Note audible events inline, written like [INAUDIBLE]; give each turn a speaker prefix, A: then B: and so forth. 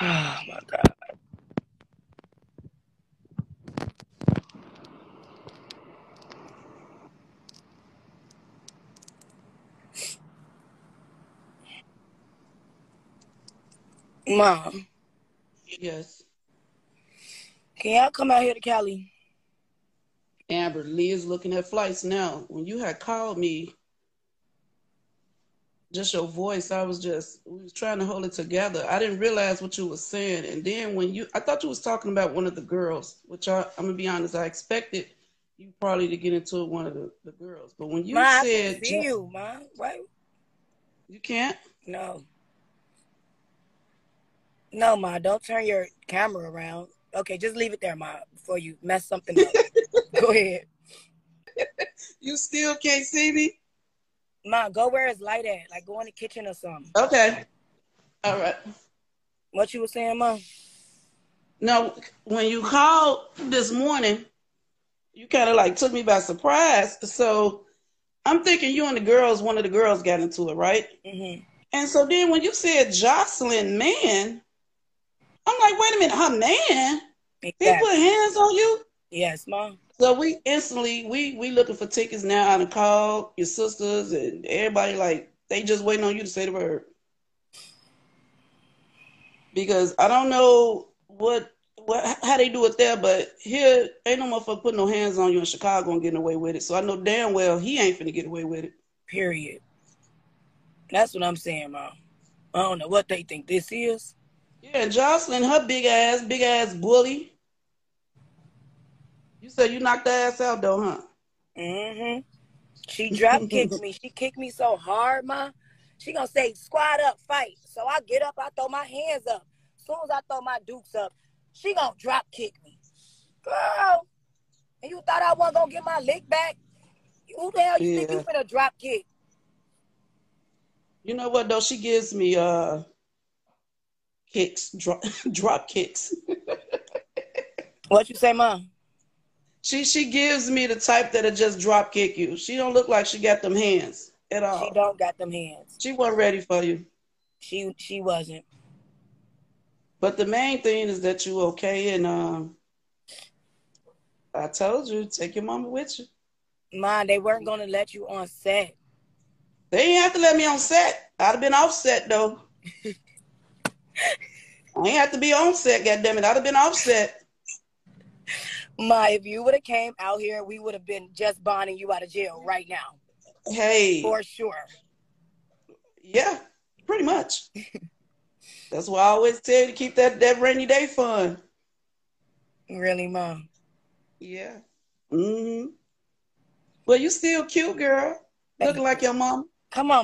A: Oh my god. Mom,
B: Yes.
A: can y'all come out here to Cali?
B: Amber Lee is looking at flights now. When you had called me, just your voice, I was just we was trying to hold it together. I didn't realize what you were saying. And then when you I thought you was talking about one of the girls, which I I'm gonna be honest, I expected you probably to get into it one of the, the girls. But when you
A: Ma, I can
B: said
A: see you, Ma. What?
B: you can't,
A: No. No, Ma, don't turn your camera around. Okay, just leave it there, Ma, before you mess something
B: [LAUGHS]
A: up. Go ahead.
B: you still can't see me?
A: Ma, go where it's light at. Like go in the kitchen or something.
B: Okay. All right.
A: What you was saying, Ma?
B: Now when you called this morning, you kinda like took me by surprise. So I'm thinking you and the girls, one of the girls got into it, right?
A: Mm-hmm.
B: And so then when you said Jocelyn man, I'm like, wait a minute, her man? He
A: Exactly.
B: put hands on you?
A: Yes, Ma.
B: So we instantly we we looking for tickets now I done called your sisters and everybody like they just waiting on you to say the word. Because I don't know what what how they do it there, but here ain't no motherfucker putting no hands on you in Chicago and getting away with it. So I know damn well he ain't finna get away with it.
A: Period. That's what I'm saying, Ma. I don't know what they think this is.
B: Yeah, and Jocelyn, her big ass, big ass bully. You said you knocked her ass out though, huh?
A: Mm-hmm. She drop kicked me. She kicked me so hard, ma. She gonna say, squat up, fight. So I get up, I throw my hands up. soon as I throw my dukes up, she gonna drop kick me. Girl, and you thought I wasn't gonna get my lick back? Who the hell you think you
B: Yeah.
A: finna drop kick?
B: You know what though? She gives me uh kicks, drop [LAUGHS] drop kicks.
A: What you say, ma?
B: She she gives me the type that'll just drop kick you. She don't look like she got them hands at
A: She
B: all.
A: don't got them hands.
B: She wasn't ready for you.
A: She she wasn't.
B: But the main thing is that you okay and um I told you, take your mama with you.
A: Ma, they weren't gonna let you on set.
B: They ain't have to let me on set. I'd have been off
A: [LAUGHS]
B: set though. I ain't have to be on set, goddamn it. I'd have been offset.
A: Ma, if you would have came out here, we would have been just bonding you out of jail right now.
B: Hey,
A: For sure.
B: yeah, pretty much. That's why I always tell you to keep that, that rainy day fun.
A: Really, ma.
B: Yeah. hmm Mm-hmm. Well, you still cute, girl.
A: Thank
B: Looking like your mom.
A: Come on.